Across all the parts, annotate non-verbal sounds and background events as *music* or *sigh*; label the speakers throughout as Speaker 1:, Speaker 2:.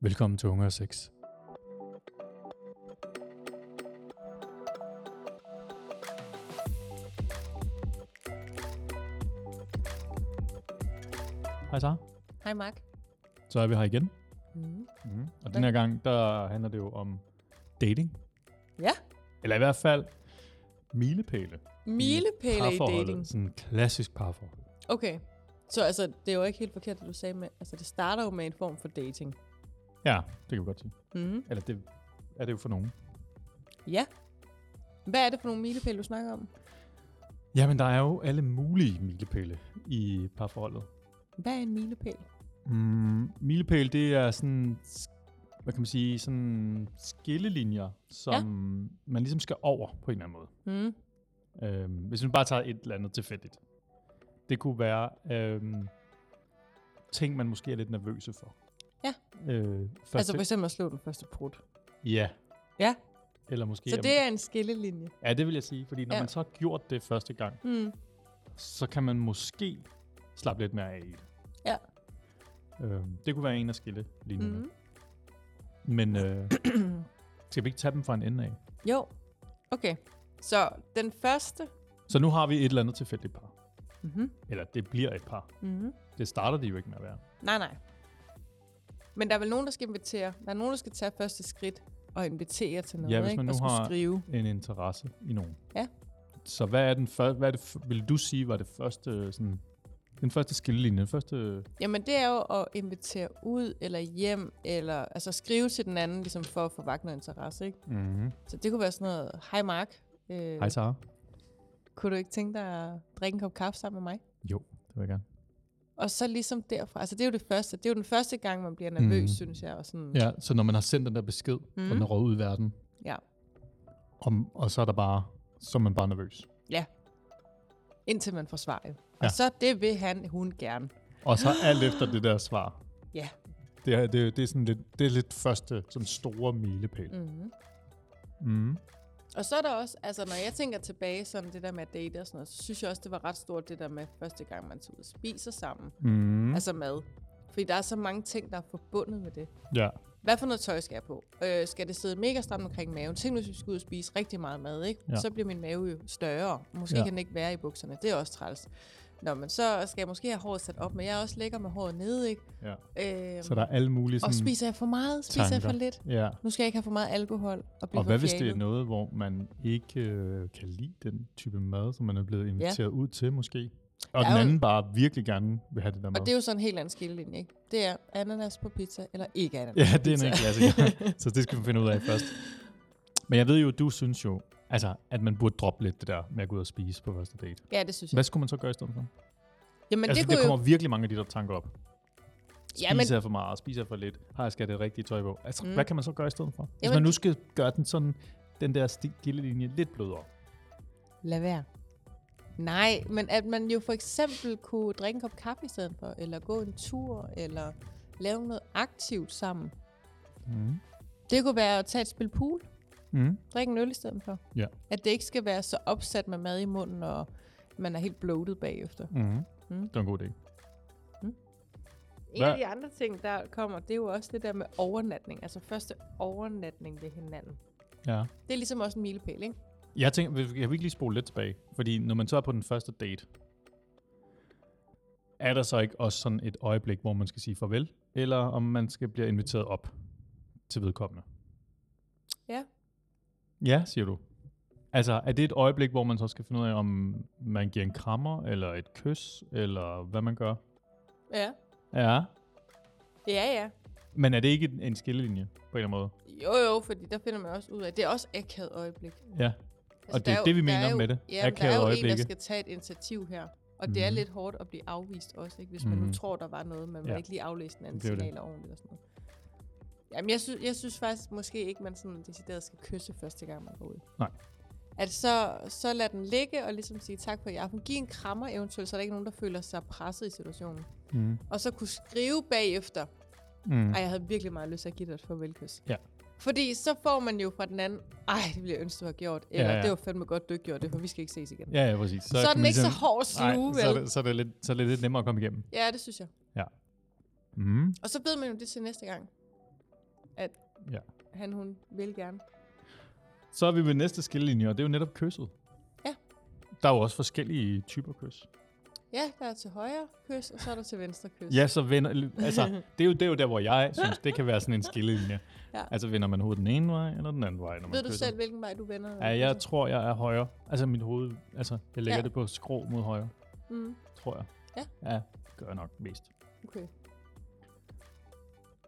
Speaker 1: Velkommen til Unge og Sex.
Speaker 2: Hej Sara.
Speaker 3: Hej Mark.
Speaker 2: Så er vi her igen.
Speaker 3: Mm.
Speaker 2: Mm. Og den her gang, der handler det jo om dating.
Speaker 3: Ja.
Speaker 2: Eller i hvert fald milepæle.
Speaker 3: Milepæle i
Speaker 2: Parforholdet.
Speaker 3: dating.
Speaker 2: Sådan en klassisk parforhold.
Speaker 3: Okay. Så altså, det er jo ikke helt forkert, det du sagde med, altså det starter jo med en form for dating.
Speaker 2: Ja, det kan vi godt sige.
Speaker 3: Mm.
Speaker 2: Eller det er det jo for nogen.
Speaker 3: Ja. Hvad er det for nogle milepæle, du snakker om?
Speaker 2: Jamen, der er jo alle mulige milepæle i parforholdet.
Speaker 3: Hvad er en milepæl?
Speaker 2: Mm, milepæl, det er sådan, hvad kan man sige, sådan skillelinjer, som ja. man ligesom skal over på en eller anden måde.
Speaker 3: Mm.
Speaker 2: Øhm, hvis vi bare tager et eller andet tilfældigt. Det kunne være øhm, ting, man måske er lidt nervøse for.
Speaker 3: Ja.
Speaker 2: Øh, første,
Speaker 3: Altså for eksempel at slå den første prut.
Speaker 2: Ja.
Speaker 3: Ja.
Speaker 2: Eller måske...
Speaker 3: Så det er en skillelinje.
Speaker 2: Ja, det vil jeg sige. Fordi når ja.
Speaker 3: Ja.
Speaker 2: man så har gjort det første gang,
Speaker 3: Mm.
Speaker 2: så kan man måske slappe lidt mere af i det.
Speaker 3: Ja.
Speaker 2: Øhm, det kunne være en af skillelinjerne.
Speaker 3: Mm.
Speaker 2: Mm. Men øh, *clears throat* skal vi ikke tage dem fra en ende af?
Speaker 3: Jo. Okay. Så den første...
Speaker 2: Så nu har vi et eller andet tilfældigt par.
Speaker 3: Mm-hmm.
Speaker 2: Eller det bliver et par.
Speaker 3: Mm-hmm.
Speaker 2: Det starter de jo ikke med at være.
Speaker 3: Nej, nej. Men der er vel nogen, der skal invitere. Der er nogen, der skal tage første skridt og invitere til noget,
Speaker 2: Ja, hvis
Speaker 3: ikke?
Speaker 2: man nu
Speaker 3: og skulle
Speaker 2: har-
Speaker 3: skrive.
Speaker 2: en interesse i nogen.
Speaker 3: Ja.
Speaker 2: Så hvad er den første, hvad er det, f- vil du sige, var det første, sådan, den første skillelinje, den første,
Speaker 3: Jamen, det er jo at invitere ud eller hjem, eller altså skrive til den anden, ligesom for at få vagt noget interesse, ikke?
Speaker 2: mm-hmm.
Speaker 3: Så det kunne være sådan noget, hej Mark, øh,
Speaker 2: hej Sara?
Speaker 3: kunne du ikke tænke dig at drikke en kop kaffe sammen med mig?
Speaker 2: Jo, det vil jeg gerne.
Speaker 3: Og så ligesom derfra, altså det er jo det første, det er jo den første gang, man bliver nervøs, mm. synes jeg, og sådan,
Speaker 2: Ja, så når man har sendt den der besked, mm-hmm. og den er røget ud i verden,
Speaker 3: ja.
Speaker 2: og, og så er der bare, så er man bare nervøs.
Speaker 3: ja. Indtil man får svar, jo. Og
Speaker 2: Ja.
Speaker 3: så det vil han, hun gerne.
Speaker 2: Og så alt efter det der svar.
Speaker 3: Ja,
Speaker 2: Det er, det, er- det er sådan lidt, det er lidt første, sådan store milepæl. Mm.
Speaker 3: Og så er der også, altså når jeg tænker tilbage, sådan det der med at date og sådan noget, så synes jeg også, det var ret stort, det der med første gang, man tog ud og spiser sammen. Mm. Altså mad. Fordi der er så mange ting, der er forbundet med det.
Speaker 2: Ja.
Speaker 3: Hvad for noget tøj skal jeg på? Øh, skal det sidde mega stramt omkring maven? Tænk nu, hvis vi skulle ud og spise rigtig meget mad, ikke?
Speaker 2: Ja.
Speaker 3: Ja. Så bliver min mave jo større. Måske
Speaker 2: Ja.
Speaker 3: ja. kan den ikke være i bukserne. Det er også træls. Nå, men så skal jeg måske have håret sat op, men jeg er også lækker med håret nede, ikke?
Speaker 2: ja.
Speaker 3: Øh,
Speaker 2: Så der er alle mulige sådan
Speaker 3: og spiser jeg for meget? Spiser jeg for
Speaker 2: tanker.
Speaker 3: lidt?
Speaker 2: Ja.
Speaker 3: Nu skal jeg ikke have for meget alkohol og blive
Speaker 2: Og hvad hvis det er
Speaker 3: forfjælet.
Speaker 2: noget, hvor man ikke øh, kan lide den type mad, som man er blevet inviteret ja. ud til måske? Og
Speaker 3: Der
Speaker 2: den
Speaker 3: er jo-
Speaker 2: anden bare virkelig gerne vil have det der mad.
Speaker 3: Og det er jo sådan en helt anden skillelinje, ikke? Det er ananas på pizza, eller ikke ananas.
Speaker 2: ja, det er en klassiker. så det skal man finde ud af først. Men jeg ved jo, du synes jo, altså, at man burde droppe lidt det der med at gå ud og spise på første date.
Speaker 3: Ja, det synes jeg.
Speaker 2: Hvad skulle man så gøre i stedet for? Men
Speaker 3: Jamen,
Speaker 2: altså,
Speaker 3: altså,
Speaker 2: det der
Speaker 3: det kunne
Speaker 2: kommer
Speaker 3: jo...
Speaker 2: virkelig mange af de der tanker op. Spiser
Speaker 3: Jamen,
Speaker 2: jeg for meget? Spiser jeg for lidt? Har jeg skal jeg det rigtige tøj på? Altså, mm. hvad kan man så gøre i stedet for? Hvis
Speaker 3: Jamen-
Speaker 2: man nu skal gøre den sådan, den der skillelinje lidt blødere.
Speaker 3: lad være. Nej, men at man jo for eksempel kunne drikke en kop kaffe i stedet for, eller gå en tur, eller lave noget aktivt sammen.
Speaker 2: Mm.
Speaker 3: Det kunne være at tage et spil pool,
Speaker 2: Mm.
Speaker 3: drikke en øl i stedet for.
Speaker 2: Ja.
Speaker 3: At det ikke skal være så opsat med mad i munden, og man er helt bloated bagefter.
Speaker 2: Mm. Mm.
Speaker 3: Mm.
Speaker 2: Det var en god idé.
Speaker 3: En af
Speaker 2: Hvad-
Speaker 3: de andre ting, der kommer, det er jo også det der med overnatning. Altså første overnatning ved hinanden.
Speaker 2: Ja.
Speaker 3: Det er ligesom også en milepæl, ikke?
Speaker 2: Jeg tænker, vil- kan vi ikke lige spole lidt tilbage? Fordi når man så er på den første date, er der så ikke også sådan et øjeblik, hvor man skal sige farvel? Eller om man skal blive inviteret op til vedkommende?
Speaker 3: Ja.
Speaker 2: Ja, siger du. Altså, er det et øjeblik, hvor man så skal finde ud af, om man giver en krammer, eller et kys, eller hvad man gør?
Speaker 3: Ja.
Speaker 2: Ja.
Speaker 3: Ja, ja.
Speaker 2: Men er det ikke en- en skillelinje, på en eller anden måde?
Speaker 3: Jo, jo, fordi der finder man også ud af, det er også akavet øjeblik. Altså,
Speaker 2: Ja. og det
Speaker 3: der
Speaker 2: er
Speaker 3: jo-
Speaker 2: det, vi
Speaker 3: der
Speaker 2: mener
Speaker 3: er jo,
Speaker 2: med det.
Speaker 3: Ja, der er jo en, der
Speaker 2: øjeblikke.
Speaker 3: skal tage et initiativ her. Og det er
Speaker 2: Mhm.
Speaker 3: lidt hårdt at blive afvist også, ikke? hvis man
Speaker 2: Mhm.
Speaker 3: nu tror, der var noget, men man
Speaker 2: Ja.
Speaker 3: ja. ikke lige aflæste den anden
Speaker 2: Det er jo det.
Speaker 3: signaler ordentligt og sådan noget. Jamen, jeg, sy- jeg synes faktisk måske ikke, man sådan decideret skal kysse første gang, man går ud.
Speaker 2: Nej.
Speaker 3: At så, så lad den ligge og ligesom sige tak for i aften. Giv en krammer eventuelt, så der ikke er nogen, der føler sig presset i situationen.
Speaker 2: Mm.
Speaker 3: Og så kunne skrive bagefter,
Speaker 2: Mm.
Speaker 3: Ej, jeg havde virkelig meget lyst til at give dig et farvelkys.
Speaker 2: Ja.
Speaker 3: Fordi så får man jo fra den anden, ej, det ville jeg ønske, du havde gjort. Eller, ja,
Speaker 2: Ja, ja.
Speaker 3: ja. det var fandme godt, du ikke gjorde det, for vi skal ikke ses igen. Ja,
Speaker 2: Ja, ja, præcis.
Speaker 3: så er
Speaker 2: kan
Speaker 3: den
Speaker 2: man
Speaker 3: ikke
Speaker 2: ligesom-
Speaker 3: så hård at sluge,
Speaker 2: Nej, så er,
Speaker 3: vel?
Speaker 2: det, så, er det lidt, så er det lidt nemmere at komme igennem.
Speaker 3: Ja, det synes jeg.
Speaker 2: Mm.
Speaker 3: Og så ved man jo det til næste gang. at
Speaker 2: Ja.
Speaker 3: han, hun vil gerne.
Speaker 2: Så er vi ved næste skillelinje, og det er jo netop kysset.
Speaker 3: Ja.
Speaker 2: Der er jo også forskellige typer kys.
Speaker 3: Ja, der er til højre kys, og så er der til venstre kys.
Speaker 2: Ja, så vender... Altså,
Speaker 3: *laughs*
Speaker 2: det er jo, det er jo der, hvor jeg synes, det kan være sådan en skillelinje.
Speaker 3: Ja.
Speaker 2: Altså, vender man hovedet den ene vej eller den anden vej, når man
Speaker 3: Ved du
Speaker 2: kysser?
Speaker 3: selv, hvilken vej du vender? når
Speaker 2: Ja,
Speaker 3: du
Speaker 2: jeg
Speaker 3: kysser?
Speaker 2: tror, jeg er højre. Altså, mit hoved... Altså, jeg lægger ja.
Speaker 3: Ja.
Speaker 2: det på skrå mod højre,
Speaker 3: Mm,
Speaker 2: tror jeg.
Speaker 3: Ja.
Speaker 2: Ja, gør jeg nok mest.
Speaker 3: okay.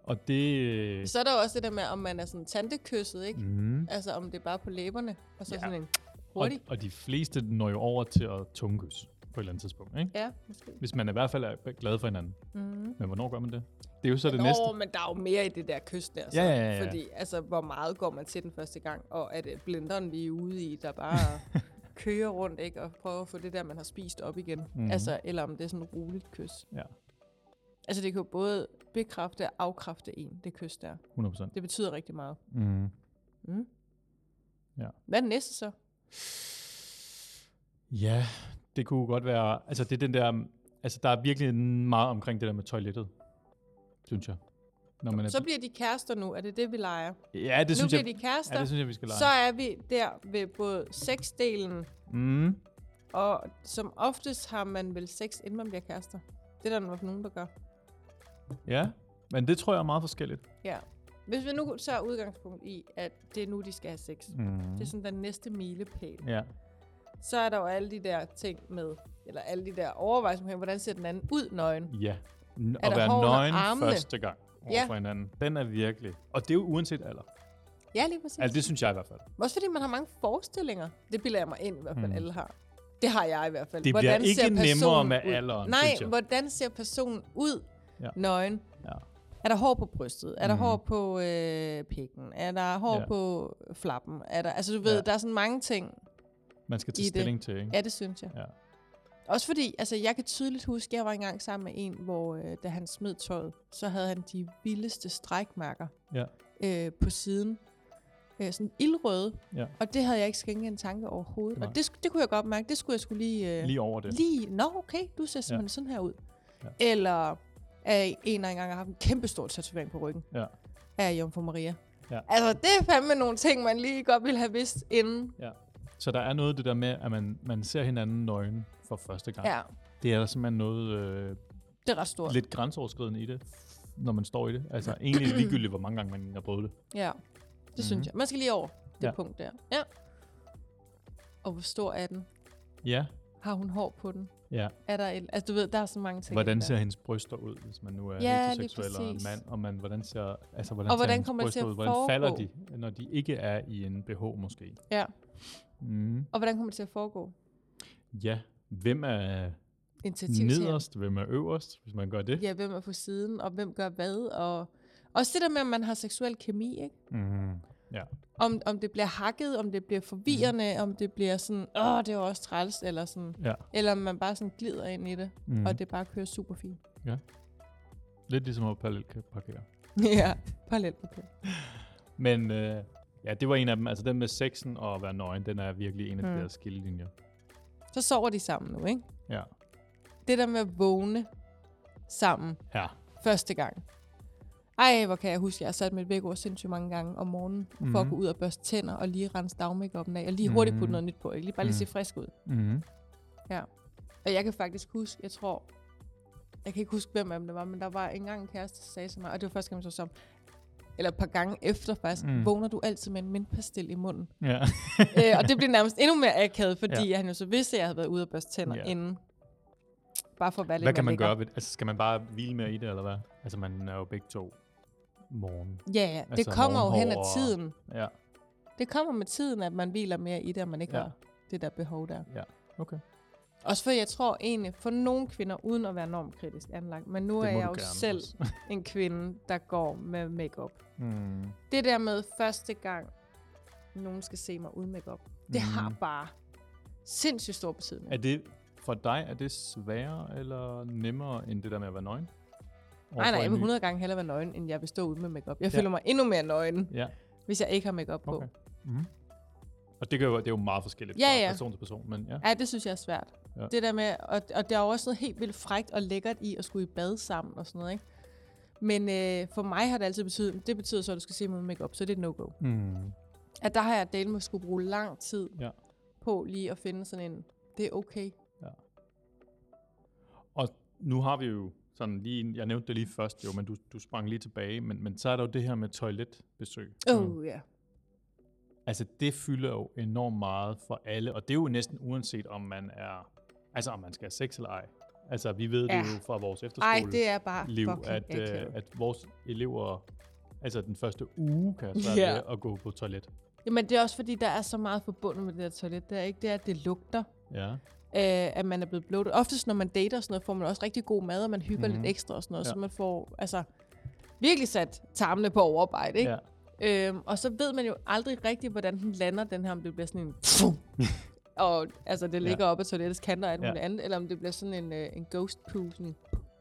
Speaker 2: Og det... øh,
Speaker 3: Så er der jo også det der med, om man er sådan tantekysset, ikke? Mm.
Speaker 2: Mm.
Speaker 3: Altså, om det er bare på læberne, og så
Speaker 2: Ja.
Speaker 3: ja. sådan en
Speaker 2: Og,
Speaker 3: hurtig.
Speaker 2: og de fleste når jo over til at tungekys på et eller andet tidspunkt, ikke?
Speaker 3: Ja, måske.
Speaker 2: Hvis man i hvert fald er glad for hinanden.
Speaker 3: Mm.
Speaker 2: Men hvornår gør man det? Det er jo så det
Speaker 3: Nå,
Speaker 2: næste.
Speaker 3: men der er jo mere i det der kyst der, så.
Speaker 2: Ja, ja, ja, ja.
Speaker 3: Fordi, altså, hvor meget går man til den første gang, og er det blenderen, vi er ude i, der
Speaker 2: *laughs*
Speaker 3: bare kører rundt, ikke? Og prøver at få det der, man har spist op igen.
Speaker 2: Mhm.
Speaker 3: Mm. Altså, eller om det er sådan et roligt kys.
Speaker 2: Ja.
Speaker 3: Altså, det kan jo både bekræfte og afkræfte en, det kys der.
Speaker 2: 100 procent.
Speaker 3: Det betyder rigtig meget.
Speaker 2: Mm.
Speaker 3: Mm.
Speaker 2: Ja.
Speaker 3: Hvad er det næste så?
Speaker 2: Ja, det kunne godt være... Altså, det er den der... Altså, der er virkelig meget omkring det der med toilettet, synes jeg. Når man er,
Speaker 3: Så bliver de kærester nu. Er det det, vi leger?
Speaker 2: ja, det
Speaker 3: nu
Speaker 2: synes
Speaker 3: bliver
Speaker 2: jeg,
Speaker 3: de kærester.
Speaker 2: ja, det synes jeg, vi skal lege.
Speaker 3: så er vi der ved både sexdelen,
Speaker 2: Mm.
Speaker 3: og som oftest har man vel sex, inden man bliver kærester. Det er der nok nogen, der gør.
Speaker 2: Ja, men det tror jeg er meget forskelligt.
Speaker 3: Ja. Hvis vi nu tager udgangspunkt i, at det er nu, de skal have sex. Mm.
Speaker 2: Mm.
Speaker 3: Det er sådan den næste milepæl.
Speaker 2: Ja.
Speaker 3: Så er der jo alle de der ting med, eller alle de der overvejelser omkring, hvordan ser den anden ud nøgen?
Speaker 2: Ja. N-
Speaker 3: Er
Speaker 2: at
Speaker 3: der
Speaker 2: være
Speaker 3: hår under
Speaker 2: nøgen
Speaker 3: armene?
Speaker 2: første gang over
Speaker 3: Ja.
Speaker 2: for hinanden. Den er virkelig... Og det er jo uanset alder.
Speaker 3: Ja, lige præcis.
Speaker 2: Altså, det synes jeg i hvert fald.
Speaker 3: Også fordi man har mange forestillinger. Det bilder jeg mig ind i hvert fald, mm. alle har. Det har jeg i hvert fald.
Speaker 2: Mhm. Det bliver ikke
Speaker 3: ser personen
Speaker 2: nemmere med
Speaker 3: ud?
Speaker 2: alderen,
Speaker 3: Nej,
Speaker 2: synes jeg.
Speaker 3: hvordan ser personen ud
Speaker 2: Ja.
Speaker 3: ja. nøgen?
Speaker 2: Ja.
Speaker 3: Er der hår på brystet? Er der
Speaker 2: Mhm.
Speaker 3: hår på øh, pikken? Er der hår
Speaker 2: Ja.
Speaker 3: ja. på flappen? Er der, altså du ved,
Speaker 2: Ja.
Speaker 3: ja. der er sådan mange ting.
Speaker 2: Man skal tage
Speaker 3: I det.
Speaker 2: stilling til, ikke?
Speaker 3: Ja, det synes jeg.
Speaker 2: Ja.
Speaker 3: Også fordi, altså jeg kan tydeligt huske, jeg var engang sammen med en, hvor øh, da han smed tøjet, så havde han de vildeste strækmærker
Speaker 2: Ja.
Speaker 3: øh, på siden. Øh, sådan ildrøde.
Speaker 2: Ja.
Speaker 3: Og det havde jeg ikke skænket en tanke overhovedet.
Speaker 2: Nej.
Speaker 3: Og det, sk- det kunne jeg godt mærke, det skulle jeg skulle lige... Øh,
Speaker 2: Lige over det.
Speaker 3: lige, nå okay, du ser simpelthen ja. sådan her ud. Ja. Eller er en, der engang har haft en kæmpe stor tatovering på ryggen
Speaker 2: Ja.
Speaker 3: af Jomfru Maria.
Speaker 2: Ja.
Speaker 3: Altså, det er fandme nogle ting, man lige godt ville have vidst inden.
Speaker 2: Ja. Så der er noget af det der med, at man, man ser hinanden nøgen for første gang.
Speaker 3: Ja, ja
Speaker 2: Det er der simpelthen noget øh,
Speaker 3: det er ret stort.
Speaker 2: lidt grænseoverskridende i det, når man står i det. Altså egentlig ligegyldigt, hvor mange gange man har prøvet det.
Speaker 3: Ja, det mm-hmm. synes jeg. Man skal lige over det
Speaker 2: Mhm. Ja.
Speaker 3: ja. punkt der. Ja. Og hvor stor er den?
Speaker 2: Ja,
Speaker 3: Har hun hår på den?
Speaker 2: ja.
Speaker 3: Er der et, altså, du ved, der er så mange ting.
Speaker 2: Hvordan
Speaker 3: der.
Speaker 2: ser hendes bryster ud, hvis man nu er
Speaker 3: Ja, lige
Speaker 2: heteroseksuel og en
Speaker 3: præcis.
Speaker 2: mand? Og man, hvordan ser, altså, hvordan
Speaker 3: Og
Speaker 2: ser
Speaker 3: hvordan
Speaker 2: hendes
Speaker 3: kommer det til
Speaker 2: bryster
Speaker 3: at
Speaker 2: ud? Hvordan falder
Speaker 3: foregå?
Speaker 2: de, når de ikke er i en BH måske?
Speaker 3: Ja.
Speaker 2: Mm.
Speaker 3: Og hvordan kommer det til at foregå?
Speaker 2: Ja, hvem er
Speaker 3: Initiativ
Speaker 2: nederst, hvem er øverst, hvis man gør det?
Speaker 3: Ja, hvem er på siden, og hvem gør hvad, og også det der med, om man har seksuel kemi, ikke?
Speaker 2: Mm. Ja.
Speaker 3: Om, om det bliver hakket, om det bliver forvirrende, mm. om det bliver sådan, åh, det er jo også træls, eller sådan.
Speaker 2: Mhm. ja.
Speaker 3: Eller om man bare sådan glider ind i det,
Speaker 2: Mm.
Speaker 3: mm. og det bare kører super fint. *laughs*
Speaker 2: Lidt ligesom at parallelt parkere.
Speaker 3: ja, parallelt med det.
Speaker 2: Men øh, ja, det var en af dem. Altså den med sexen og at være nøgen, den er virkelig en af mm. de
Speaker 3: Mm.
Speaker 2: der skillelinjer.
Speaker 3: Så sover de sammen nu, ikke?
Speaker 2: Ja.
Speaker 3: Det der med at vågne sammen
Speaker 2: Ja.
Speaker 3: første gang. Ej, hvor kan jeg huske, jeg har sat mit vækord sindssygt mange gange om morgenen, mm. for at
Speaker 2: Mhm.
Speaker 3: gå ud og børste tænder, og lige rense dagmakeupen af, og lige hurtigt
Speaker 2: Mhm.
Speaker 3: putte noget nyt på, ikke? Lige bare lige se frisk ud.
Speaker 2: Mm.
Speaker 3: Og jeg kan faktisk huske, jeg tror, jeg kan ikke huske, hvem af dem det var, men der var engang en kæreste, der sagde til mig, og det var første gang, jeg så sammen, eller et par gange efter faktisk,
Speaker 2: Mm.
Speaker 3: mm. vågner du altid med en mintpastil i munden.
Speaker 2: Ja.
Speaker 3: øh, og det blev nærmest endnu mere akavet, fordi ja. han jo så vidste, at jeg havde været ude og børste tænder
Speaker 2: Ja.
Speaker 3: yeah. inden. Bare for at være lidt
Speaker 2: hvad kan
Speaker 3: mere
Speaker 2: man
Speaker 3: lækker.
Speaker 2: gøre ved det? Altså skal man bare hvile mere i det, eller hvad? Altså man er jo begge to morgen.
Speaker 3: Ja, ja. Det
Speaker 2: Altså,
Speaker 3: kommer jo hen af
Speaker 2: morgenhår og-
Speaker 3: tiden.
Speaker 2: Ja.
Speaker 3: Det kommer med tiden, at man hviler mere i det, og man ikke
Speaker 2: Ja.
Speaker 3: ja. har det der behov der.
Speaker 2: Ja. Okay.
Speaker 3: Også for jeg tror egentlig, for nogle kvinder, uden at være normkritisk anlagt, men nu
Speaker 2: Det
Speaker 3: er
Speaker 2: må
Speaker 3: jeg
Speaker 2: du
Speaker 3: jo
Speaker 2: gerne
Speaker 3: selv
Speaker 2: også. *laughs*
Speaker 3: en kvinde, der går med makeup.
Speaker 2: Mm.
Speaker 3: det der med første gang, nogen skal se mig uden makeup, det
Speaker 2: Mhm.
Speaker 3: mm. har bare sindssygt stor betydning.
Speaker 2: Er det for dig, er det sværere eller nemmere end det der med at være nøgen?
Speaker 3: nej,
Speaker 2: Overfor
Speaker 3: nej,
Speaker 2: en
Speaker 3: jeg vil
Speaker 2: ny-
Speaker 3: 100 gange hellere være nøgen, end jeg vil stå uden med makeup. Jeg
Speaker 2: Ja.
Speaker 3: ja. føler mig endnu mere nøgen,
Speaker 2: Ja.
Speaker 3: hvis jeg ikke har makeup på.
Speaker 2: Okay. Mm. Og det, kan jo, det er jo meget forskelligt
Speaker 3: Ja,
Speaker 2: fra
Speaker 3: ja.
Speaker 2: person til person, men ja.
Speaker 3: Ja, det synes jeg er svært.
Speaker 2: Ja.
Speaker 3: Ja. Det der med, og, og der er jo også noget helt vildt frægt og lækkert i at skulle i bad sammen og sådan noget, ikke? Men øh, for mig har det altid betydet, det betyder så, at du skal se mig med makeup, så det er et no-go.
Speaker 2: Mm.
Speaker 3: At der har jeg delt med skulle bruge lang tid
Speaker 2: Ja.
Speaker 3: på lige at finde sådan en, det er okay.
Speaker 2: Og nu har vi jo sådan lige, jeg nævnte det lige først jo, men du, du sprang lige tilbage, men, men så er der jo det her med toiletbesøg.
Speaker 3: Oh, ja. Yeah.
Speaker 2: Altså det fylder jo enormt meget for alle, og det er jo næsten uanset om man er, altså om man skal have sex eller ej. Altså vi ved ja.
Speaker 3: Ja.
Speaker 2: det jo fra vores
Speaker 3: Ej,
Speaker 2: efterskole
Speaker 3: det er bare
Speaker 2: liv,
Speaker 3: fucking
Speaker 2: at, øh,
Speaker 3: akavet.
Speaker 2: at vores elever, altså den første uge, kan være
Speaker 3: Ja.
Speaker 2: yeah. ved at gå på toilet.
Speaker 3: Jamen, det er også fordi, der er så meget forbundet med det der toilet. Det er ikke det, at det lugter,
Speaker 2: Ja.
Speaker 3: øh, at man er blevet bloated. Oftest, når man dater og sådan noget, får man også rigtig god mad, og man hygger mm. lidt ekstra og sådan noget, ja.
Speaker 2: Mhm.
Speaker 3: så
Speaker 2: Ja.
Speaker 3: man får altså, virkelig sat tarmene på overarbejde. Ikke?
Speaker 2: ja.
Speaker 3: Øhm, og så ved man jo aldrig rigtigt, hvordan den lander, den her, om det bliver sådan
Speaker 2: *laughs*
Speaker 3: en... Pfum, og altså, det ligger ja. op ad toilettets kanter og alt
Speaker 2: Ja.
Speaker 3: muligt andet, eller om det bliver sådan en, øh, en ghost poo, sådan,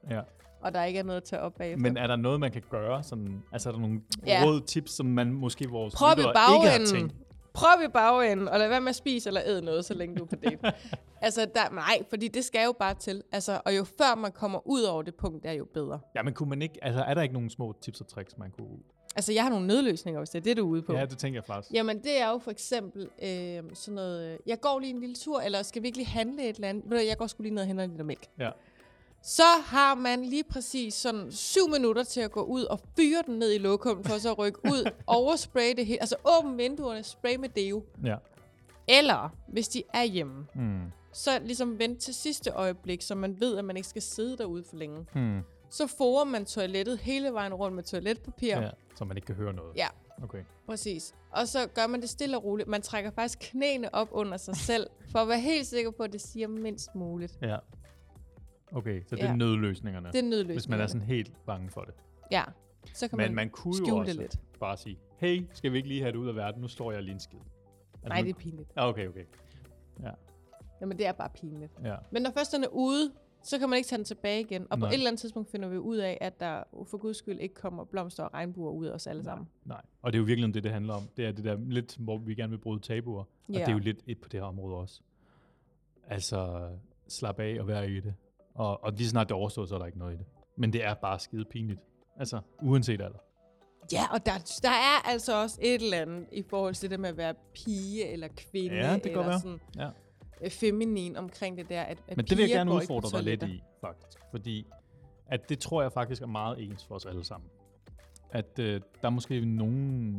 Speaker 2: ja.
Speaker 3: og der ikke er noget at tage op bagefter.
Speaker 2: Men er der noget, man kan gøre? Sådan, altså er der nogle
Speaker 3: Ja.
Speaker 2: ja. råd tips, som man måske vores
Speaker 3: Prop i
Speaker 2: lyttere ikke har
Speaker 3: bagenden.
Speaker 2: tænkt?
Speaker 3: Prop i bagenden, og lad være med at spise eller æde noget, så længe du er på
Speaker 2: *laughs*
Speaker 3: date. altså, der, nej, fordi det skal jo bare til. Altså, og jo før man kommer ud over det punkt, der er jo bedre.
Speaker 2: Ja, men kunne man ikke, altså er der ikke nogen små tips og tricks, man kunne...
Speaker 3: Altså, jeg har nogle nødløsninger, hvis det er det, du er ude på.
Speaker 2: Ja, det tænker jeg faktisk.
Speaker 3: Jamen, det er jo for eksempel øh, sådan noget, øh, jeg går lige en lille tur, eller skal virkelig handle et eller andet? Ved du, hvad, jeg går sgu lige ned og henter en liter mælk.
Speaker 2: Ja.
Speaker 3: Så har man lige præcis sådan syv minutter til at gå ud og fyre den ned i lokum, for så at rykke *laughs* ud, overspray det hele, altså åbne vinduerne, spray med deo.
Speaker 2: ja.
Speaker 3: Eller, hvis de er hjemme,
Speaker 2: Mm.
Speaker 3: så ligesom vent til sidste øjeblik, så man ved, at man ikke skal sidde derude for længe.
Speaker 2: Mm.
Speaker 3: Så forer man toilettet hele vejen rundt med toiletpapir.
Speaker 2: Ja.
Speaker 3: Ja.
Speaker 2: ja. Så man ikke kan høre noget.
Speaker 3: ja,
Speaker 2: Okay.
Speaker 3: præcis. Og så gør man det stille og roligt. Man trækker faktisk knæene op under
Speaker 2: *laughs*
Speaker 3: sig selv, for at være helt sikker på, at det siger mindst muligt.
Speaker 2: Ja. Okay, så det
Speaker 3: Ja.
Speaker 2: er nødløsningerne.
Speaker 3: Det er nødløsningen.
Speaker 2: hvis man er sådan helt bange for det.
Speaker 3: Ja, så kan
Speaker 2: Men
Speaker 3: man...
Speaker 2: man kunne jo
Speaker 3: skjule det
Speaker 2: også
Speaker 3: lidt.
Speaker 2: bare sige, hey, skal vi ikke lige have det ud af verden? Nu slår jeg lige en skid. Altså,
Speaker 3: Nej,
Speaker 2: nu-
Speaker 3: det er pinligt.
Speaker 2: Ah, Okay, okay.
Speaker 3: Jamen, det er bare pinligt.
Speaker 2: Ja.
Speaker 3: Men når først den er ude, så kan man ikke tage den tilbage igen. Og Nej. på
Speaker 2: Nej.
Speaker 3: et eller andet tidspunkt finder vi ud af, at der for guds skyld ikke kommer blomster og regnbuer ud af os alle sammen.
Speaker 2: Nej, og det er jo virkelig det, det handler om. Det er det der lidt, hvor vi gerne vil bryde tabuer. Og
Speaker 3: Ja.
Speaker 2: det er jo lidt et på det her område også. Altså, slap af og vær i det. Og, og lige så snart det er overstået, så er der ikke noget i det. Men det er bare skide pinligt. Altså, uanset alder.
Speaker 3: Ja, og der, der er altså også et eller andet i forhold til det med at være pige eller kvinde.
Speaker 2: Ja, det kan
Speaker 3: eller
Speaker 2: godt være.
Speaker 3: sådan
Speaker 2: Ja.
Speaker 3: øh, feminin omkring det der, at, at
Speaker 2: Men det vil jeg
Speaker 3: piger
Speaker 2: gerne
Speaker 3: går ikke på
Speaker 2: udfordre dig lidt
Speaker 3: toiletter.
Speaker 2: i, faktisk. Fordi at det tror jeg faktisk er meget ens for os alle sammen. At øh, der er måske nogle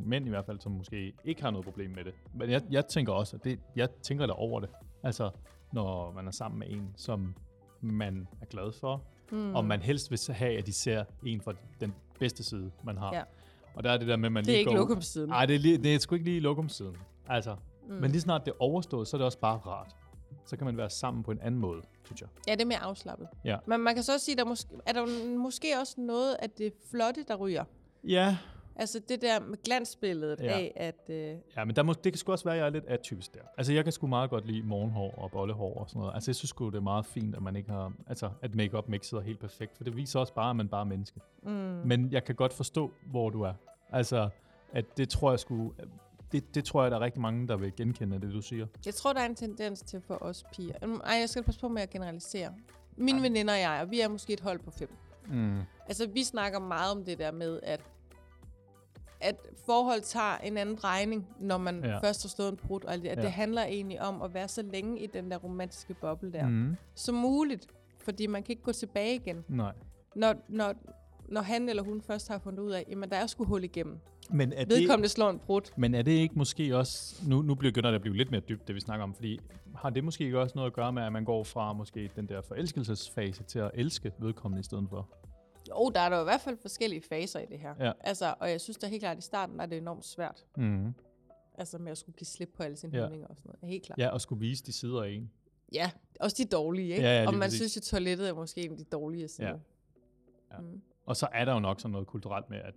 Speaker 2: mænd i hvert fald, som måske ikke har noget problem med det. Men jeg, jeg tænker også, at det, jeg tænker da over det. Altså, når man er sammen med en, som man er glad for,
Speaker 3: Hmm.
Speaker 2: mm. og man helst vil have, at de ser en fra den bedste side, man har.
Speaker 3: Ja.
Speaker 2: Og der er det der med, at man
Speaker 3: Det er
Speaker 2: lige
Speaker 3: ikke
Speaker 2: går...
Speaker 3: lokumsiden.
Speaker 2: Nej, det, er lige, det er sgu ikke lige lokumsiden. Altså, mm. men lige snart det er overstået, så er det også bare rart. Så kan man være sammen på en anden måde, synes jeg.
Speaker 3: Ja, det er mere afslappet.
Speaker 2: Ja.
Speaker 3: Men man kan så også sige, at der måske, er der måske også noget af det flotte, der ryger.
Speaker 2: Ja,
Speaker 3: Altså det der med glansbilledet ja.
Speaker 2: Ja.
Speaker 3: af, at... Øh,
Speaker 2: ja men der må, det kan sgu også være, at jeg er lidt atypisk der. Altså, jeg kan sgu meget godt lide morgenhår og bollehår og sådan noget. Altså, jeg synes sgu, det er meget fint, at man ikke har... Altså, at make-up mixet er helt perfekt, for det viser også bare, at man bare er menneske. Mm. Men jeg kan godt forstå, hvor du er. Altså, at det tror jeg sgu... Det, det tror jeg, der er rigtig mange, der vil genkende af det, du siger.
Speaker 3: jeg tror, der er en tendens til for os piger. Øhm, Ej, jeg skal passe på med at generalisere. Mine ja. veninder og jeg, og vi er måske et hold på fem.
Speaker 2: Mm.
Speaker 3: Altså, vi snakker meget om det der med, at, at forhold tager en anden drejning, når man ja.
Speaker 2: Ja.
Speaker 3: først har slået en brud. Og alt det, at ja.
Speaker 2: Ja.
Speaker 3: det handler egentlig om at være så længe i den der romantiske boble der mm.
Speaker 2: Mm.
Speaker 3: som muligt. Fordi man kan ikke gå tilbage igen,
Speaker 2: Nej.
Speaker 3: når, når, når han eller hun først har fundet ud af, jamen der er sgu hul igennem.
Speaker 2: Men er det,
Speaker 3: Vedkommende slår en brud.
Speaker 2: men er det ikke måske også... Nu, nu begynder det at blive lidt mere dybt, det vi snakker om, fordi har det måske ikke også noget at gøre med, at man går fra måske den der forelskelsesfase til at elske vedkommende i stedet for?
Speaker 3: Jo, der er der jo i hvert fald forskellige faser i det her.
Speaker 2: Ja.
Speaker 3: Altså, og jeg synes da helt klart, at i starten var det enormt svært.
Speaker 2: Mm.
Speaker 3: Altså med at skulle give slip på alle sine ja.
Speaker 2: Ja.
Speaker 3: holdninger og sådan noget. Helt klart.
Speaker 2: Ja, og skulle vise de sider af en.
Speaker 3: Ja, også de dårlige, ikke?
Speaker 2: Ja, ja, lige
Speaker 3: og man
Speaker 2: præcis.
Speaker 3: synes jo, toilettet er måske en af de dårlige sider.
Speaker 2: Ja. Ja. Mm. Og så er der jo nok sådan noget kulturelt med, at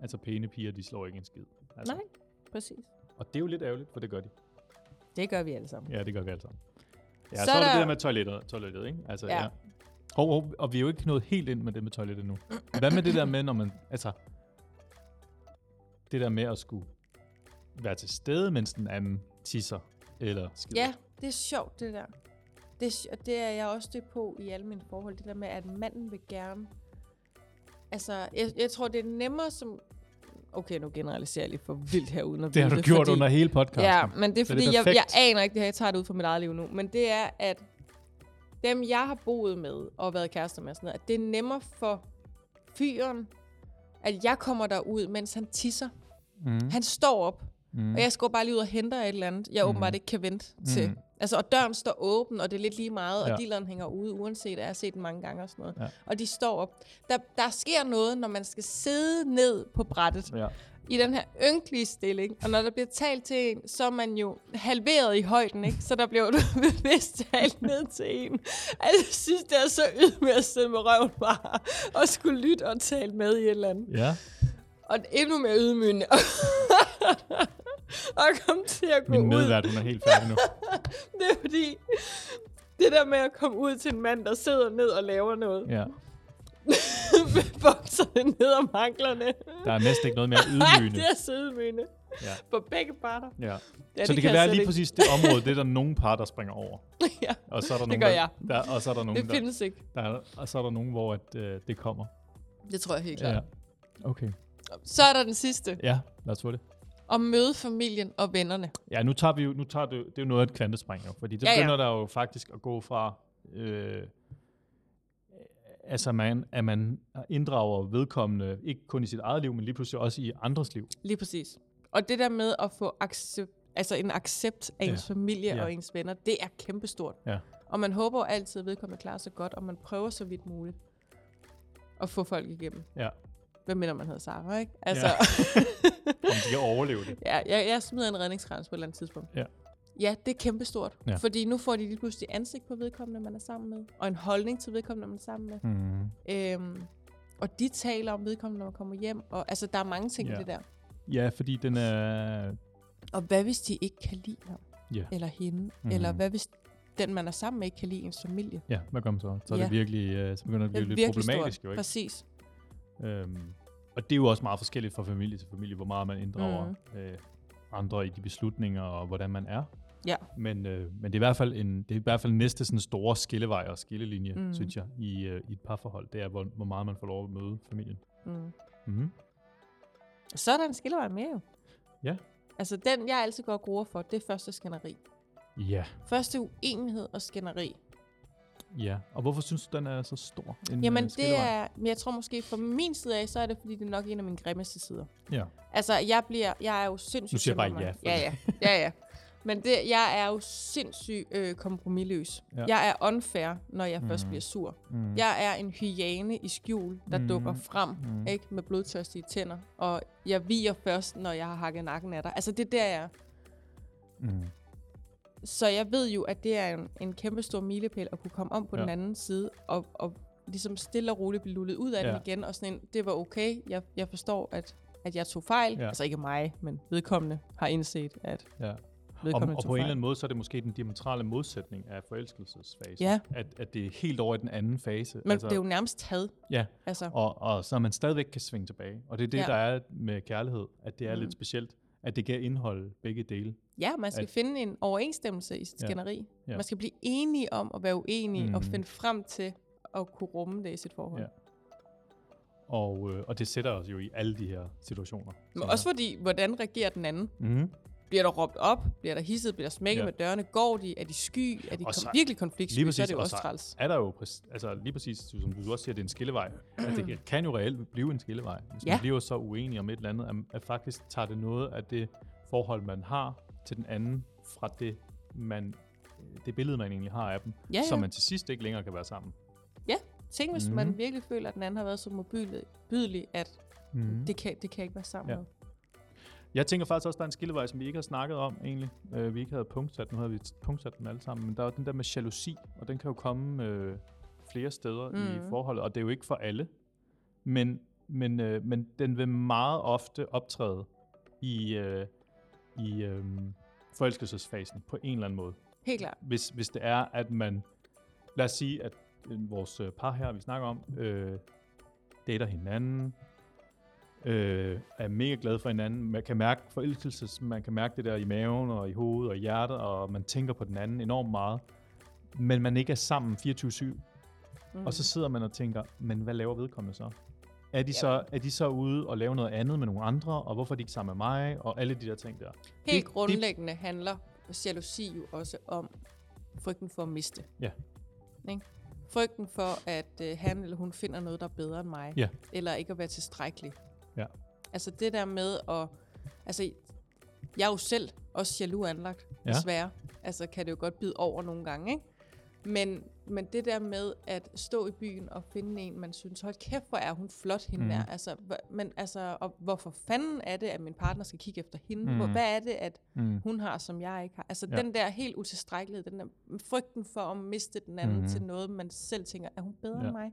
Speaker 2: altså, pæne piger, de slår ikke en skid. Altså.
Speaker 3: Nej, præcis.
Speaker 2: Og det er jo lidt ærgerligt, for det gør de.
Speaker 3: Det gør vi alle sammen.
Speaker 2: Ja, det gør vi altså. Ja,
Speaker 3: Så
Speaker 2: så, så
Speaker 3: der-
Speaker 2: er det det der med toilettet, toilettet ikke? Altså,
Speaker 3: Ja.
Speaker 2: ja. ja. Hov, hov, og vi er jo ikke nået helt ind med det med toilettet nu. Hvad med det der med, når man, altså, det der med at skulle være til stede, mens den anden tisser eller skider.
Speaker 3: Ja, det er sjovt, det der. Det er, sj- og det er jeg også det på i alle mine forhold. Det der med, at manden vil gerne altså, jeg, jeg tror, det er nemmere som... Okay, nu generaliserer jeg lige for vildt her uden at
Speaker 2: Det har
Speaker 3: vide
Speaker 2: du gjort
Speaker 3: fordi,
Speaker 2: under hele podcasten.
Speaker 3: Ja, men det er
Speaker 2: Så det er
Speaker 3: fordi, jeg, jeg
Speaker 2: perfekt.
Speaker 3: aner ikke det her. Jeg tager det ud fra mit eget liv nu. Men det er, at dem, jeg har boet med og været kærester med, og sådan noget, at det er nemmere for fyren, at jeg kommer derud, mens han tisser.
Speaker 2: Mm.
Speaker 3: Han står op,
Speaker 2: Mm.
Speaker 3: og jeg skal bare lige ud og henter et eller andet, jeg
Speaker 2: Mm.
Speaker 3: mm. åbenbart ikke kan vente til.
Speaker 2: Mm.
Speaker 3: Altså, og døren står åben, og det er lidt lige meget, og
Speaker 2: Ja.
Speaker 3: ja. dealeren hænger ude, uanset at jeg har set den mange gange og sådan noget.
Speaker 2: Ja.
Speaker 3: Ja. Og de står op. Der, der sker noget, når man skal sidde ned på brættet
Speaker 2: Ja.
Speaker 3: i den her ynkelige stilling, og når der bliver talt til en, så er man jo halveret i højden, ikke? Så der bliver jo *laughs* bevidst talt ned til en. Altså, jeg synes, det er så ydmygt at sidde med røven bare og skulle lytte og tale med i et eller andet.
Speaker 2: ja.
Speaker 3: Og endnu mere ydmygende. *laughs* og komme til at gå
Speaker 2: Min
Speaker 3: ud
Speaker 2: medvært, hun er helt færdig nu.
Speaker 3: det er fordi, det der med at komme ud til en mand, der sidder ned og laver noget, *laughs* ja.
Speaker 2: Ja.
Speaker 3: med bukserne ned om anklerne.
Speaker 2: Der er næsten ikke noget
Speaker 3: *laughs*
Speaker 2: mere ydmygende.
Speaker 3: det er sødmygende.
Speaker 2: Ja.
Speaker 3: Ja. For begge parter.
Speaker 2: Ja.
Speaker 3: Ja,
Speaker 2: så det, kan
Speaker 3: jeg
Speaker 2: være
Speaker 3: slet
Speaker 2: lige
Speaker 3: ikke.
Speaker 2: præcis det område, det er der nogle par, der springer over.
Speaker 3: *laughs* ja,
Speaker 2: Og så er der
Speaker 3: Det
Speaker 2: nogen,
Speaker 3: gør
Speaker 2: der,
Speaker 3: jeg.
Speaker 2: Der, og så er der nogen,
Speaker 3: det
Speaker 2: der,
Speaker 3: findes ikke.
Speaker 2: der, er- og så er der nogen hvor at, øh, det kommer.
Speaker 3: Det tror jeg helt klart. Ja.
Speaker 2: Okay.
Speaker 3: Så er der den sidste.
Speaker 2: Ja, lad os få det.
Speaker 3: At møde familien og vennerne.
Speaker 2: Ja, nu tager vi jo, nu tager det, det er jo noget af et kvantespring jo, fordi det
Speaker 3: Ja, ja.
Speaker 2: begynder der jo faktisk at gå fra, øh, altså man, at man inddrager vedkommende, ikke kun i sit eget liv, men lige pludselig også i andres liv.
Speaker 3: Lige præcis. Og det der med at få accept, altså en accept af
Speaker 2: Ja.
Speaker 3: ens familie
Speaker 2: Ja.
Speaker 3: og ens venner, det er kæmpestort.
Speaker 2: Ja.
Speaker 3: Og man håber jo altid, at vedkommende klarer sig godt, og man prøver så vidt muligt at få folk igennem.
Speaker 2: Ja,
Speaker 3: Hvem minder man hedder Sarah, ikke? Altså,
Speaker 2: Ja.
Speaker 3: ja.
Speaker 2: om de kan overleve det.
Speaker 3: *laughs* ja, jeg, jeg smider en redningskrans på et eller andet tidspunkt.
Speaker 2: Ja.
Speaker 3: Ja, det er kæmpestort.
Speaker 2: Ja.
Speaker 3: Ja. Fordi nu får de lige pludselig ansigt på vedkommende, man er sammen med, og en holdning til vedkommende, man er sammen med.
Speaker 2: Mm.
Speaker 3: Øhm, og de taler om vedkommende, når man kommer hjem. Og, altså, der er mange ting ja.
Speaker 2: Ja.
Speaker 3: i det der.
Speaker 2: Ja, fordi den er,
Speaker 3: Og hvad hvis de ikke kan lide ham?
Speaker 2: Ja.
Speaker 3: Eller hende?
Speaker 2: Mhm.
Speaker 3: Mm. Eller hvad hvis den, man er sammen med, ikke kan lide ens familie?
Speaker 2: ja, hvad gør man så? Så er det
Speaker 3: Ja.
Speaker 2: virkelig, øh, så begynder det at blive lidt problematisk jo, ikke?
Speaker 3: Præcis.
Speaker 2: Øhm, og det er jo også meget forskelligt fra familie til familie, hvor meget man inddrager mm. øh, andre i de beslutninger og hvordan man er.
Speaker 3: Ja.
Speaker 2: Men, øh, men det, er i hvert fald en, det er i hvert fald næste sådan store skillevej og skillelinje, mm.
Speaker 3: Mm.
Speaker 2: synes jeg, i, øh, i et parforhold. Det er, hvor, hvor meget man får lov at møde familien.
Speaker 3: Mm.
Speaker 2: Mm.
Speaker 3: Så er der en skillevej mere jo.
Speaker 2: Ja.
Speaker 3: Altså, den, jeg altid går og gruer for, det er første skænderi.
Speaker 2: Ja,
Speaker 3: Første uenighed og skænderi.
Speaker 2: Mm, ja. Og hvorfor synes du, den er så stor? En,
Speaker 3: Jamen,
Speaker 2: øh,
Speaker 3: det
Speaker 2: skillevej?
Speaker 3: er... Men jeg tror måske, fra min side af, så er det, fordi det er nok en af mine grimmeste sider.
Speaker 2: Ja.
Speaker 3: Altså, jeg bliver... Jeg er jo sindssygt...
Speaker 2: Nu siger jeg bare
Speaker 3: temperament.
Speaker 2: ja,
Speaker 3: Ja, ja. Ja, ja. Men det, jeg er jo sindssygt øh, kompromilløs.
Speaker 2: Ja.
Speaker 3: Ja. Jeg er unfair, når jeg mm. først
Speaker 2: Mhm.
Speaker 3: bliver sur.
Speaker 2: Mm.
Speaker 3: Jeg er en hyæne i skjul, der
Speaker 2: Mhm.
Speaker 3: mm. dukker frem,
Speaker 2: Mhm.
Speaker 3: mm. ikke? Med blodtørstige tænder. Og jeg viger først, når jeg har hakket nakken af dig. Altså, det er der, jeg er.
Speaker 2: Mm.
Speaker 3: Så jeg ved jo, at det er en, en kæmpe stor milepæl at kunne komme om på
Speaker 2: Ja.
Speaker 3: ja. den anden side og, og ligesom stille og roligt blive lullet ud af ja.
Speaker 2: Ja.
Speaker 3: den igen. Og sådan en, det var okay, jeg, jeg forstår, at, at jeg tog fejl.
Speaker 2: Ja.
Speaker 3: Ja. Altså ikke mig, men vedkommende har indset, at
Speaker 2: Ja. Og,
Speaker 3: vedkommende
Speaker 2: og
Speaker 3: tog
Speaker 2: på en
Speaker 3: fejl.
Speaker 2: eller anden måde, så er det måske den diametrale modsætning af forelskelsesfasen.
Speaker 3: Ja.
Speaker 2: At, at det er helt over i den anden fase.
Speaker 3: Men altså, det er jo nærmest had.
Speaker 2: Ja,
Speaker 3: Altså,
Speaker 2: og, og så man stadigvæk kan svinge tilbage. Og det er det, ja.
Speaker 3: Ja.
Speaker 2: der er med kærlighed, at det er mm. lidt
Speaker 3: Mm.
Speaker 2: specielt, at det kan indeholde begge dele.
Speaker 3: ja, man skal
Speaker 2: at-
Speaker 3: at... finde en overensstemmelse i sit
Speaker 2: Ja.
Speaker 3: skænderi.
Speaker 2: Ja.
Speaker 3: Ja. Man skal blive enige om at være uenige mm. og
Speaker 2: Mhm.
Speaker 3: finde frem til at kunne rumme det i sit forhold.
Speaker 2: Ja. Og, øh, og det sætter os jo i alle de her situationer.
Speaker 3: Men også fordi, hvordan reagerer den anden?
Speaker 2: Mm-hmm.
Speaker 3: Bliver der råbt op? Bliver der hisset? Bliver der smækket
Speaker 2: Ja.
Speaker 3: ja. med dørene? Går de? Er de sky? Er de
Speaker 2: Og
Speaker 3: kom-
Speaker 2: så-
Speaker 3: virkelig konfliktsky?
Speaker 2: Lige præcis,
Speaker 3: så er det jo
Speaker 2: og
Speaker 3: også
Speaker 2: så-
Speaker 3: træls.
Speaker 2: Er der jo, præc- altså lige præcis, som du også siger, det er en skillevej. Altså, det kan jo reelt blive en skillevej. Hvis
Speaker 3: Ja.
Speaker 2: man bliver så uenig om et eller andet, at, at faktisk tager det noget af det forhold, man har til den anden, fra det, man, det billede, man egentlig har af dem,
Speaker 3: Ja,
Speaker 2: så
Speaker 3: ja.
Speaker 2: man til sidst ikke længere kan være sammen.
Speaker 3: Ja, tænk hvis
Speaker 2: Mhm.
Speaker 3: mm. man virkelig føler, at den anden har været så mobile, bydelig, at mm. det, kan, det kan jeg ikke være sammen
Speaker 2: Mhm. Ja.
Speaker 3: ja. med.
Speaker 2: Jeg tænker faktisk også, der er en skillevej, som vi ikke har snakket om egentlig. Øh, vi ikke havde punktsat. Nu havde vi punktsat dem alle sammen. Men der er jo den der med jalousi, og den kan jo komme øh, flere steder mm. i
Speaker 3: Mm.
Speaker 2: forholdet. Og det er jo ikke for alle. Men, men, øh, men den vil meget ofte optræde i, øh, i øh, forelskelsesfasen på en eller anden måde
Speaker 3: Helt klart.
Speaker 2: hvis, hvis det er, at man... Lad os sige, at øh, vores øh, par her, vi snakker om, øh, dater hinanden, øh, er mega glad for hinanden, man kan mærke forelskelse, man kan mærke det der i maven og i hovedet og i hjertet, og man tænker på den anden enormt meget, men man ikke er sammen 24-7. Mm. Og så sidder man og tænker, men hvad laver vedkommende så? er de, så, er de så ude og lave noget andet med nogle andre, og hvorfor er de ikke sammen med mig, og alle de der ting der.
Speaker 3: Helt
Speaker 2: Det- det-
Speaker 3: grundlæggende handler jalousi jo også om frygten for at miste.
Speaker 2: Ja.
Speaker 3: Ikke? Frygten for, at øh, han eller hun finder noget, der er bedre end mig.
Speaker 2: Ja.
Speaker 3: Eller ikke at være tilstrækkelig.
Speaker 2: Ja.
Speaker 3: Altså det der med at... Altså, jeg er jo selv også jaloux anlagt,
Speaker 2: Ja.
Speaker 3: ja. desværre. Altså kan det jo godt bide over nogle gange, ikke? Men, men det der med at stå i byen og finde en, man synes, hold kæft, hvor er hun flot, hende
Speaker 2: Mhm.
Speaker 3: mm. der. Altså, hva- men altså, og hvorfor fanden er det, at min partner skal kigge efter hende?
Speaker 2: Mhm.
Speaker 3: Mm. Hvad er det, at
Speaker 2: Mm.
Speaker 3: hun har, som jeg ikke har. Altså
Speaker 2: Ja.
Speaker 3: ja. den der helt utilstrækkelighed, den der frygten for at miste den anden
Speaker 2: Mhm.
Speaker 3: mm. til noget, man selv tænker, er hun bedre
Speaker 2: Ja.
Speaker 3: ja. end mig?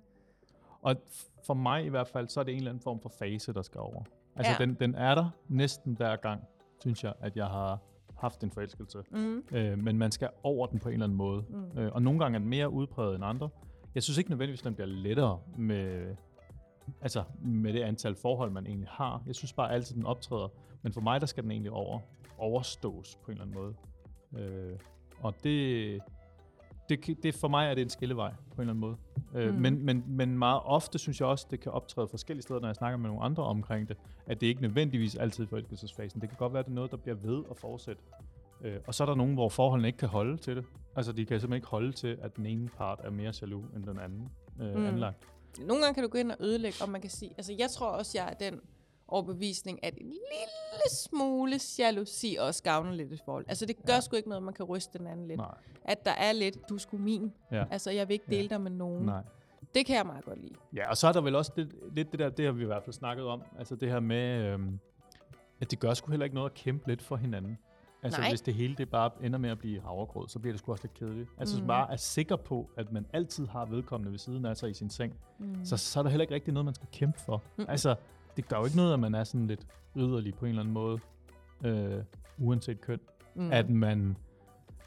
Speaker 2: Og f- for mig i hvert fald, så er det en eller anden form for fase, der skal over. Altså, ja.
Speaker 3: Ja.
Speaker 2: den, den er der næsten hver gang, synes jeg, at jeg har haft en forelskelse.
Speaker 3: Mm.
Speaker 2: Øh, men man skal over den på en eller anden måde. Mm.
Speaker 3: Mm.
Speaker 2: Øh, og nogle gange er den mere udpræget end andre. Jeg synes ikke nødvendigvis, at den bliver lettere med, altså med det antal forhold, man egentlig har. Jeg synes bare altid, den optræder. Men for mig, der skal den egentlig over, overstås på en eller anden måde. Øh, og det, det, kan- det, for mig er det en skillevej på en eller anden måde. Øh, mm.
Speaker 3: Mm.
Speaker 2: men, men, men meget ofte synes jeg også, det kan optræde forskellige steder, når jeg snakker med nogle andre omkring det, at det ikke nødvendigvis altid er forelskelsesfasen. Det kan godt være, at det er noget, der bliver ved at fortsætte. Øh, og så er der nogen, hvor forholdene ikke kan holde til det. Altså, de kan simpelthen ikke holde til, at den ene part er mere jaloux end den anden øh, mm.
Speaker 3: Mm.
Speaker 2: anlagt.
Speaker 3: Nogle gange kan du gå ind og ødelægge, og man kan sige, altså jeg tror også, jeg er den overbevisning, at en lille smule jalousi også gavner lidt et forhold. Altså det gør ja. sgu ikke noget, at man kan ryste den anden lidt.
Speaker 2: Nej,
Speaker 3: At der er lidt, du er sgu min.
Speaker 2: Ja.
Speaker 3: Altså jeg vil ikke
Speaker 2: Ja.
Speaker 3: dele dig med nogen.
Speaker 2: nej.
Speaker 3: Det kan jeg meget godt lide.
Speaker 2: Ja, og så er der vel også lidt, lidt det der, det har vi i hvert fald snakket om, altså det her med, øhm, at det gør sgu heller ikke noget at kæmpe lidt for hinanden. Altså
Speaker 3: Nej.
Speaker 2: hvis det hele det bare ender med at blive havregrød, så bliver det sgu også lidt kedeligt. Altså mm.
Speaker 3: Mm.
Speaker 2: bare er sikker på, at man altid har vedkommende ved siden af sig i sin seng, mm. så, så er der heller ikke rigtig noget, man skal kæmpe for. Mm.
Speaker 3: Mm.
Speaker 2: Altså det gør jo ikke noget, at man er sådan lidt ridderlig på en eller anden måde, øh, uanset køn.
Speaker 3: Mm.
Speaker 2: Mm. At man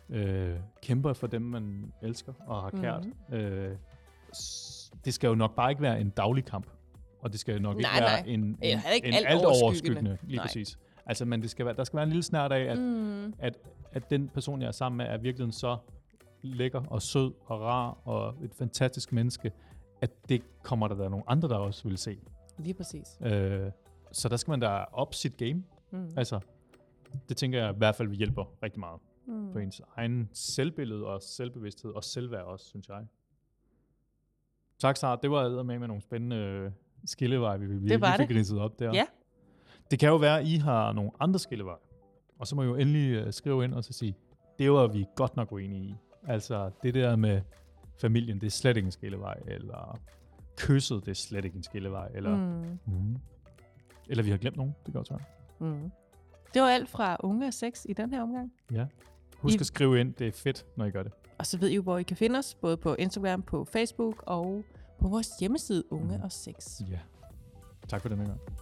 Speaker 2: øh, kæmper for dem, man elsker og har kært. Mm. Øh, s- det skal jo nok bare ikke være en daglig kamp, og det skal jo nok
Speaker 3: Nej,
Speaker 2: ikke være
Speaker 3: nej.
Speaker 2: en, en,
Speaker 3: Eller ikke
Speaker 2: en
Speaker 3: alt
Speaker 2: altoverskyggende.
Speaker 3: overskyggende.
Speaker 2: Lige
Speaker 3: Nej.
Speaker 2: præcis. Altså, men det skal være, der skal være en lille snært af, at, mm.
Speaker 3: Mm.
Speaker 2: at, at den person, jeg er sammen med, er virkelig så lækker og sød og rar og et fantastisk menneske, at det kommer der, der nogle andre, der også vil se.
Speaker 3: Lige præcis.
Speaker 2: Øh, så der skal man da op sit game.
Speaker 3: Mm.
Speaker 2: Altså, det tænker jeg i hvert fald hjælper rigtig meget
Speaker 3: Mm.
Speaker 2: på ens egen selvbillede og selvbevidsthed og selvværd også, synes jeg. Tak, Sara. Det var med med nogle spændende øh, skilleveje, vi, vi,
Speaker 3: var
Speaker 2: vi fik
Speaker 3: det.
Speaker 2: ridset op der.
Speaker 3: Ja.
Speaker 2: Det kan jo være, at I har nogle andre skilleveje, og så må I jo endelig øh, skrive ind og så sige, det var vi godt nok uenige i. Altså, det der med familien, det er slet ikke en skillevej, eller kysset, det er slet ikke en skillevej, eller,
Speaker 3: Mm.
Speaker 2: mm. Mm. eller vi har glemt nogen, det kan også være.
Speaker 3: Mm. Det var alt fra unge og sex i den her omgang.
Speaker 2: Husk
Speaker 3: I-
Speaker 2: at skrive ind, det er fedt, når I gør det.
Speaker 3: Og så ved I jo, hvor I kan finde os, både på Instagram, på Facebook og på vores hjemmeside Unge
Speaker 2: Mhm.
Speaker 3: og Sex.
Speaker 2: Ja. Tak for den her gang.